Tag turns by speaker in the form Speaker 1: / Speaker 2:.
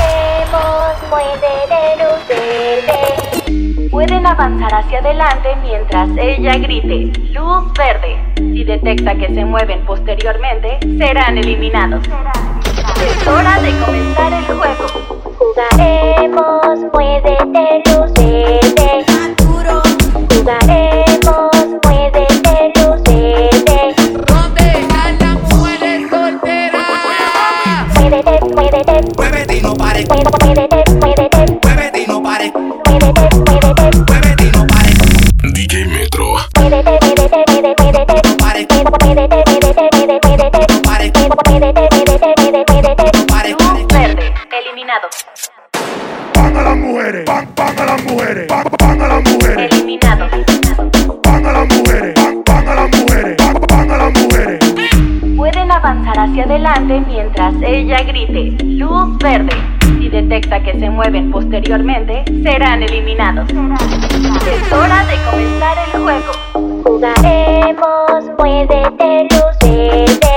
Speaker 1: Llegaremos, mueve de luz verde.
Speaker 2: Pueden avanzar hacia adelante mientras ella grite luz verde. Si detecta que se mueven posteriormente, serán eliminados. Es hora de comenzar el juego.
Speaker 1: Jugaremos, mueve de luz verde. Jugaremos, mueve de luz verde.
Speaker 3: ¿Dónde están las mujeres solteras?
Speaker 1: Muévete, muévete,
Speaker 4: Muévete y no pares,
Speaker 1: muévete, muévete, muévete,
Speaker 4: muévete y no pares,
Speaker 1: muévete, muévete,
Speaker 4: muévete y no pares,
Speaker 5: DJ Metro.
Speaker 1: muévete, muévete, muévete, muévete.
Speaker 4: pares,
Speaker 1: Muévete, muévete, muévete, muévete.
Speaker 4: pares,
Speaker 1: Muévete, muévete, muévete, muévete.
Speaker 4: pares.
Speaker 2: Luz verde, eliminados.
Speaker 6: Pan a las mujeres, pan, pan a las mujeres, pan, pan a las mujeres,
Speaker 2: Eliminados.
Speaker 6: pan a las mujeres, pan, pan a las mujeres, pan, pan a las mujeres.
Speaker 2: Pueden avanzar hacia adelante mientras ella grite luz verde. Si detecta que se mueven posteriormente, serán eliminados. Es hora de comenzar el juego.
Speaker 1: Jugaremos, muévete, luz verde.